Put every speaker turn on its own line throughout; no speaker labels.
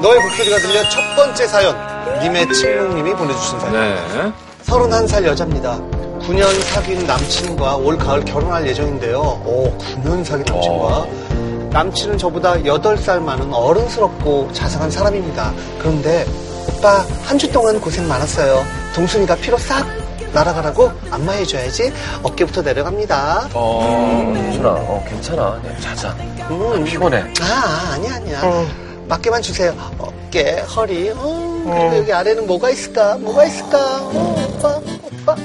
너의 목소리가 들려 첫 번째 사연. 님의 친구님이 보내주신 사연.
네.
31살 여자입니다. 9년 사귄 남친과 올 가을 결혼할 예정인데요. 오, 9년 사귄 남친과.
어.
남친은 저보다 8살 많은 어른스럽고 자상한 사람입니다. 그런데 오빠 한 주 동안 고생 많았어요. 동순이가 피로 싹 날아가라고 안마해줘야지 어깨부터 내려갑니다.
어,
준아, 어, 괜찮아. 내가 자자.
음.
어, 피곤해. 어.
아, 아니야, 아니야. 맞게만 주세요. 어깨, 허리. 어, 근데 여기 아래는 뭐가 있을까? 뭐가 있을까? 어, 오빠, 오빠.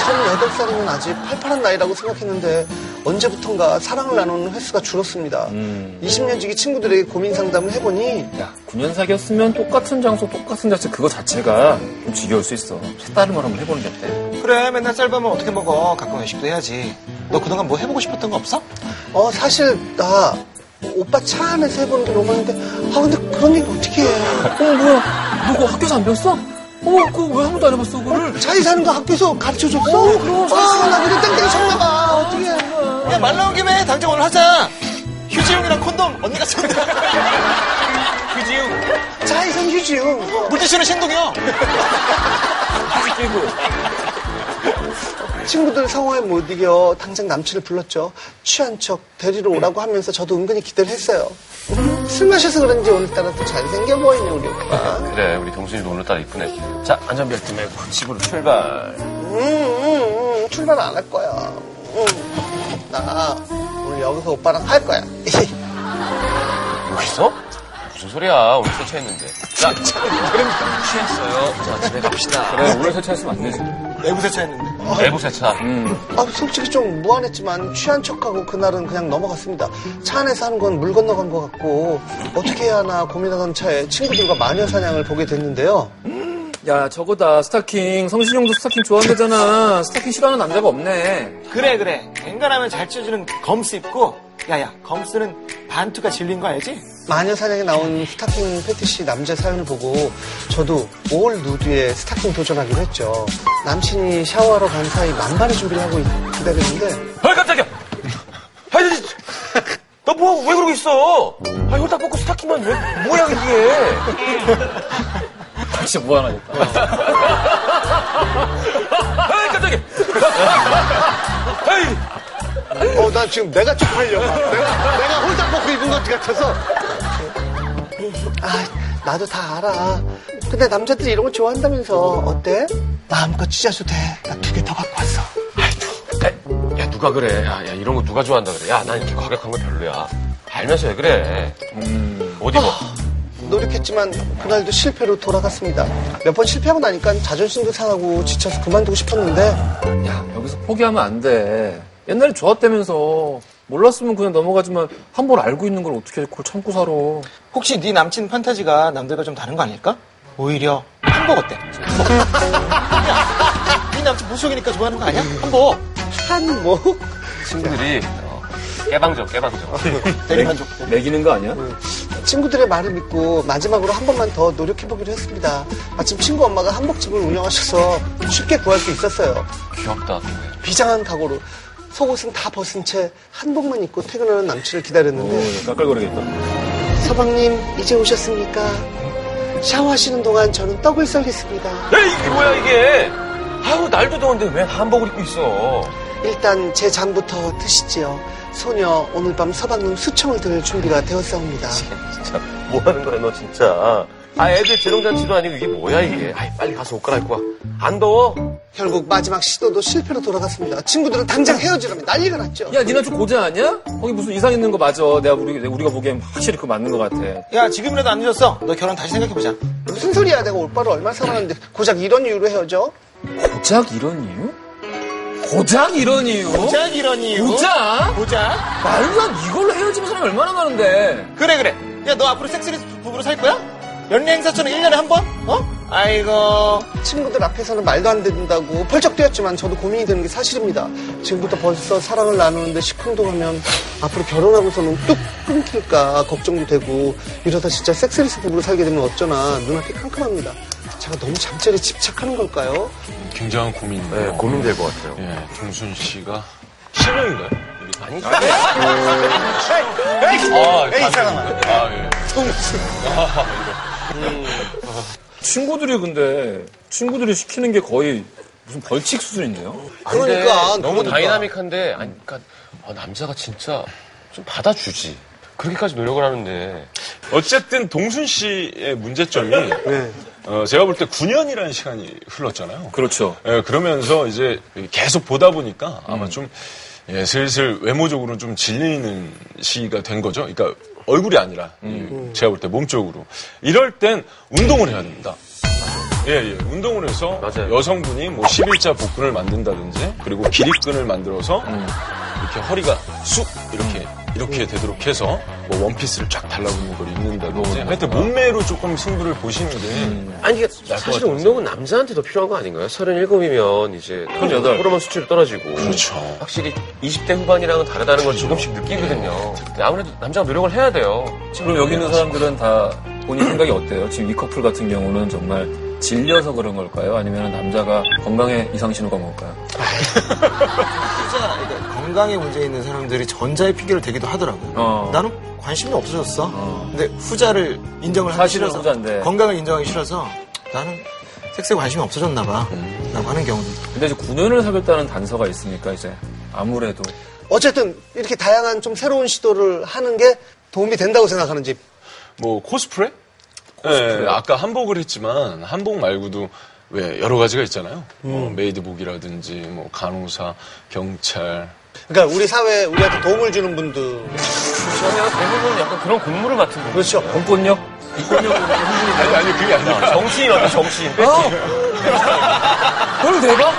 처음 8살이면 아직 팔팔한 나이라고 생각했는데 언제부턴가 사랑을 나누는 횟수가 줄었습니다.
음.
20년 지기 친구들에게 고민 상담을 해보니
야, 9년 사귀었으면 똑같은 장소, 똑같은 자체 그거 자체가 좀 지겨울 수 있어. 색다른 걸 한번 해보는 게 어때?
그래 맨날 쌀밥은 어떻게 먹어 가끔 외식도 해야지 너 그동안 뭐 해보고 싶었던 거 없어?
어, 사실 나 오빠 차 안에서 해보는 게 너무 많은데 아, 근데 그런 얘기 어떻게 해.
어, 뭐야. 너 그거 학교에서 안 배웠어? 어, 그거 왜 한 번도 안 해봤어, 그거를?
차에 사는 거 학교에서 가르쳐줬어?
어, 그럼.
아, 나 그래 땡땡이 쳤나봐. 어떻게 해.
야 말 나온 김에 당장 오늘 하자 휴지용이랑 콘돔 언니가 쏜다 휴지용
차에선 휴지요.
물티슈는 신동이요
친구들 상황에 못 이겨 당장 남친을 불렀죠. 취한 척 데리러 오라고 하면서 저도 은근히 기대를 했어요. 술 마셔서 그런지 오늘따라 또 잘생겨 보이네 우리 오빠. 음,
그래, 우리 경순이도 오늘따라 이쁘네. 자, 안전벨트 매고 집으로 출발.
음, 음, 음, 출발 안 할 거야. 음. 나 오늘 여기서 오빠랑 할 거야.
여기서? 무슨 소리야. 오늘 세차했는데. 자, 취했어요. 자, 집에 갑시다.
그래, 오래 설치했으면 안 되지.
내부 세차했는데
내부 세차.
아, 솔직히 좀 무안했지만 취한 척하고 그날은 그냥 넘어갔습니다. 차 안에서 하는 건 물 건너간 것 같고 어떻게 해야 하나 고민하던 차에 친구들과 마녀 사냥을 보게 됐는데요.
야, 저거다. 스타킹. 성신형도 스타킹 좋아한다잖아. 스타킹 싫어하는 남자가 없네.
그래 그래 앵간하면 잘 찢어지는 검스 입고 야야 검스는 반투가 질린 거 알지?
마녀 사냥에 나온 스타킹 패티시 남자 사연을 보고 저도 5월 누드에 스타킹 도전하기로 했죠. 남친이 샤워하러 간 사이 만반의 준비를 하고 있- 기다렸는데
아, 깜짝이야! 아니, 너 뭐 왜 그러고 있어? 아, 홀딱 벗고 스타킹만 왜, 뭐야, 이게.
진짜 뭐 무한하겠다.
아, 깜짝이야! 아이!
어, 난 지금 내가 쪽팔려. 내가, 내가 홀딱 벗고 입은 것 같아서. 아, 나도 다 알아. 근데 남자들이 이런 거 좋아한다면서 어때? 마음껏 찢어도 돼. 나 두 개 더 갖고 왔어.
아이, 야, 누가 그래. 야, 야, 이런 거 누가 좋아한다 그래. 야, 난 이렇게 과격한 거 별로야. 알면서 왜 그래. 어디 뭐.
아, 노력했지만 그날도 실패로 돌아갔습니다. 몇 번 실패하고 나니까 자존심도 상하고 지쳐서 그만두고 싶었는데
야, 여기서 포기하면 안 돼. 옛날에 좋았다면서. 몰랐으면 그냥 넘어가지만 한 번 알고 있는 걸 어떻게 그걸 참고 살아.
혹시 네 남친 판타지가 남들과 좀 다른 거 아닐까? 오히려 한복 어때? 야, 네 남친 무속이니까 좋아하는 거 아니야? 한복
한 뭐?
친구들이 어, 깨방적, 깨방적.
대리만족
매기는 거 아니야?
친구들의 말을 믿고 마지막으로 한 번만 더 노력해보기로 했습니다. 마침 친구 엄마가 한복집을 운영하셔서 쉽게 구할 수 있었어요.
귀엽다. 근데.
비장한 각오로 속옷은 다 벗은 채 한복만 입고 퇴근하는 남친을 기다렸는데
깔깔거리겠다.
서방님 이제 오셨습니까? 샤워하시는 동안 저는 떡을 썰겠습니다.
에이, 이게 뭐야, 이게. 아유, 날도 더운데 왜 한복을 입고 있어.
일단 제 잠부터 드시지요. 소녀 오늘 밤 서방님 수청을 들 준비가 되었사옵니다.
진짜, 뭐 하는 거야, 너 진짜. 아, 애들 재롱잔치도 아니고 이게 뭐야, 이게. 아이, 빨리 가서 옷 갈아입고 와. 안 더워?
결국 마지막 시도도 실패로 돌아갔습니다. 친구들은 당장 헤어지라며 난리가 났죠.
야, 니나 좀 고자 아니야? 거기 무슨 이상 있는 거 맞아. 내가 우리, 우리가 보기엔 확실히 그거 맞는 거 같아.
야 지금이라도 안 늦었어 너 결혼 다시 생각해보자
무슨 소리야 내가 오빠를 얼마나 사랑하는데 고작 이런 이유로 헤어져?
고작 이런 이유? 고작 이런 이유?
어?
보자 이런 이유
고작?
보자
말도 안 이걸로 헤어지는 사람이 얼마나 많은데.
그래 그래 야 너 앞으로 섹스리스 부부로 살 거야? 연례 행사처럼 1년에 한 번? 어? 아이고
친구들 앞에서는 말도 안 된다고 펄쩍 뛰었지만 저도 고민이 되는 게 사실입니다. 지금부터 벌써 사랑을 나누는데 시큰둥하면 앞으로 결혼하고서는 뚝 끊길까 걱정도 되고 이러다 진짜 섹스리스 부부로 살게 되면 어쩌나 눈앞이 캄캄합니다. 제가 너무 잠자리에 집착하는 걸까요?
굉장한 고민이네요.
네, 고민될 것 같아요.
예, 종순 씨가 실명인가요? 이게 아,
아니.
네. 에이, 에이, 이 사람아.
아, 예.
친구들이 근데 친구들이 시키는 게 거의 무슨 벌칙 수준인데요?
근데
그러니까,
너무
그러니까.
다이나믹한데 아니 그러니까 아, 남자가 진짜 좀 받아주지 그렇게까지 노력을 하는데
어쨌든 동순 씨의 문제점이
네.
어, 제가 볼 때 9년이라는 시간이 흘렀잖아요.
그렇죠.
예, 그러면서 이제 계속 보다 보니까 아마
음.
좀 예, 슬슬 외모적으로는 좀 질리는 시기가 된 거죠. 그러니까 얼굴이 아니라 이
음.
제가 볼 때 몸쪽으로 이럴 땐 운동을 해야 됩니다. 예, 예. 운동을 해서
맞아요.
여성분이 뭐 11자 복근을 만든다든지 그리고 기립근을 만들어서
음.
이렇게 허리가 쑥 이렇게 이렇게 되도록 해서 뭐 원피스를 쫙 달라붙는 걸
음.
입는다든지 하여튼 몸매로 조금 승부를 보시는 게
아니 이게 사실 운동은 남자한테 더 필요한 거 아닌가요? 37이면 이제
38.
호르몬 수치도 떨어지고
그렇죠.
확실히 20대 후반이랑은 다르다는 걸 조금씩 느끼거든요 근데 그렇죠. 아무래도 남자가 노력을 해야 돼요
그럼 여기 있는 사람들은 다 본인 생각이 어때요? 지금 이 커플 같은 경우는 정말 질려서 그런 걸까요? 아니면 남자가 건강에 이상 신호가 뭘까요?
진짜 이거 건강에 문제 있는 사람들이 전자의 피기를 되기도 하더라고요.
어.
나는 관심이 없어졌어. 근데 후자를 인정을 하기
사실은
싫어서
후자인데.
건강을 인정하기 싫어서 나는 섹스에 관심이 없어졌나 봐.
음.
라고 하는 경우도 있고.
근데 이제 9년을 사귀었다는 단서가 있으니까 이제 아무래도
어쨌든 이렇게 다양한 좀 새로운 시도를 하는 게 도움이 된다고 생각하는지
뭐 코스프레? 예, 아까 한복을 했지만 한복 말고도 왜 여러 가지가 있잖아요. 뭐 메이드복이라든지 뭐 간호사, 경찰.
그러니까 우리 사회에 우리한테 도움을 주는 분들
그러면 대부분 약간 그런 공무를 맡은 거
그렇죠
공권력?
아니 아니 그게 아니라
정치인 어때 정치인
그럼 대박?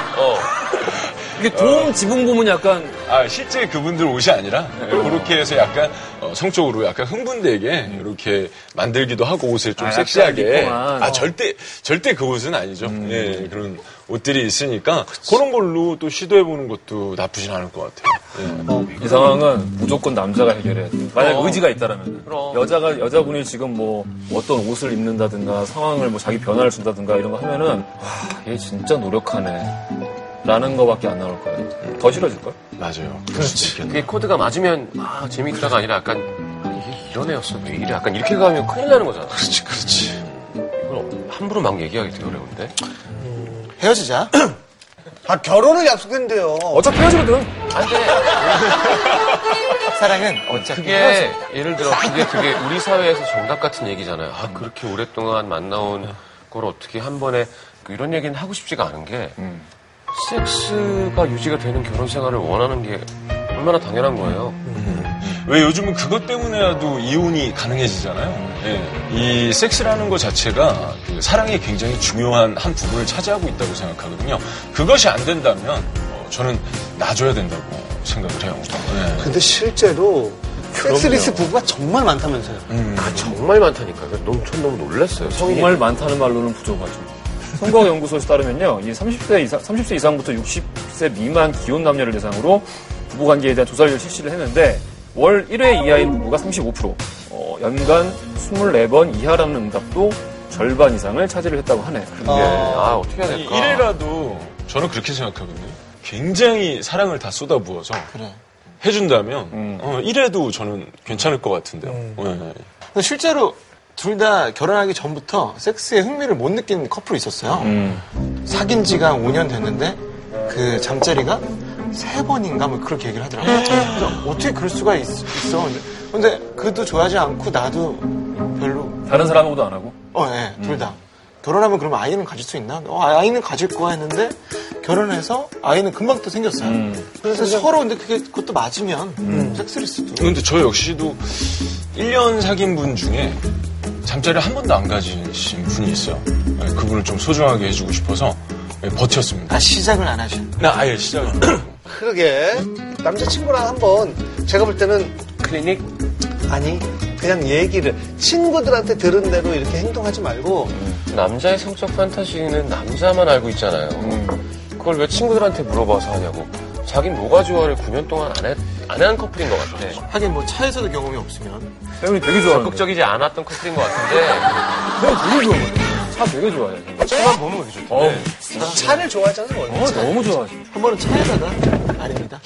이게 도움 지붕 보면 약간
아, 실제 그분들 옷이 아니라 그렇게 해서 약간 어, 성적으로 약간 흥분되게 이렇게 만들기도 하고 옷을 좀
아, 약간
섹시하게
입고만.
아 절대 절대 그 옷은 아니죠. 예, 그런 옷들이 있으니까 그런 걸로 또 시도해 보는 것도 나쁘진 않을 것 같아요.
이 상황은 무조건 남자가 해결해야 돼요. 만약 의지가 있다라면.
그럼.
여자가, 여자분이 지금 뭐 어떤 옷을 입는다든가 상황을 뭐 자기 변화를 준다든가 이런 거 하면은, 와, 얘 진짜 노력하네. 라는 거밖에 안 나올 거예요. 더 싫어질걸?
맞아요. 그럴 수도 있겠네.
그게 코드가 맞으면 아 재미있다가 아니라 약간 아, 이게 이런 애였어 왜 이래 약간 이렇게 가면 큰일 나는 거잖아 음,
그렇지, 그렇지.
이걸 함부로 막 얘기하기 되게 어려운데
헤어지자.
아 결혼을 약속했는데요
어차피 헤어지거든.
사랑은 어차피 헤어져.
그게 예를 들어 그게 그게 우리 사회에서 정답 같은 얘기잖아요. 아 그렇게 오랫동안
음.
만나온 걸 어떻게 한 번에 그 이런 얘기는 하고 싶지가 않은 게
음.
섹스가 유지가 되는 결혼 생활을 원하는 게 얼마나 당연한 거예요.
음. 왜 요즘은 그것 때문에라도 이혼이 가능해지잖아요. 예. 이 섹스라는 것 자체가 그 사랑이 굉장히 중요한 한 부분을 차지하고 있다고 생각하거든요. 그것이 안 된다면 어, 저는 놔줘야 된다고 생각을 해요. 예.
근데 실제로 섹스리스 부부가 정말 많다면서요
음.
아 정말 많다니까요. 너무 전 너무 놀랐어요. 성인이
정말 많다는 말로는 부족하죠. 성과연구소에 따르면요, 이 30세 이상, 30세 이상부터 60세 미만 기혼 남녀를 대상으로 부부관계에 대한 조사를 실시를 했는데 월 1회 이하인 부부가 35%, 어, 연간 24번 이하라는 응답도 절반 이상을 차지를 했다고 하네.
이게 아 어떻게 해야
이
될까?
이래라도 저는 그렇게 생각하거든요. 굉장히 사랑을 다 쏟아부어서 해준다면 어, 이래도 저는 괜찮을 것 같은데요. 예.
근데 실제로 둘 다 결혼하기 전부터 섹스에 흥미를 못 느낀 커플이 있었어요.
음.
사귄 지가 5년 됐는데 그 잠자리가 세 번인가 뭐 그렇게 얘기를 하더라고요.
음.
그래서 어떻게 그럴 수가 있, 어 근데 그도 좋아하지 않고 나도 별로
다른 사람하고도 안 하고.
어, 예, 둘 다. 결혼하면 그럼 아이는 가질 수 있나? 어, 아, 아이는 가질 거야 했는데 결혼해서 아이는 금방 또 생겼어요. 그래서 서로 근데 그게 그것도 맞으면 섹스리스도
근데 저 역시도 1년 사귄 분 중에 잠자리 한 번도 안 가지신 분이 있어요. 네, 그분을 좀 소중하게 해주고 싶어서 네, 버텼습니다.
아 시작을 안 하셔.
나 아예 시작을. 안 하고.
그러게 남자친구랑 한번 제가 볼 때는
클리닉
아니 그냥 얘기를 친구들한테 들은 대로 이렇게 행동하지 말고
남자의 성적 판타지는 남자만 알고 있잖아요. 그걸 왜 친구들한테 물어봐서 하냐고. 자긴 뭐가 좋아를 9년 동안 안, 했, 안한 커플인 것 같아.
하긴 뭐 차에서도 경험이 없으면
태훈이 되게 좋아하는데.
적극적이지 않았던 커플인 것 같은데
아, 태훈이 되게 좋아해. 차 되게 좋아해.
차만 보면 그게 좋대.
어우,
차를 좋아하잖아요 원래.
어, 너무 좋아해.
한 번은 차에다가 아닙니다.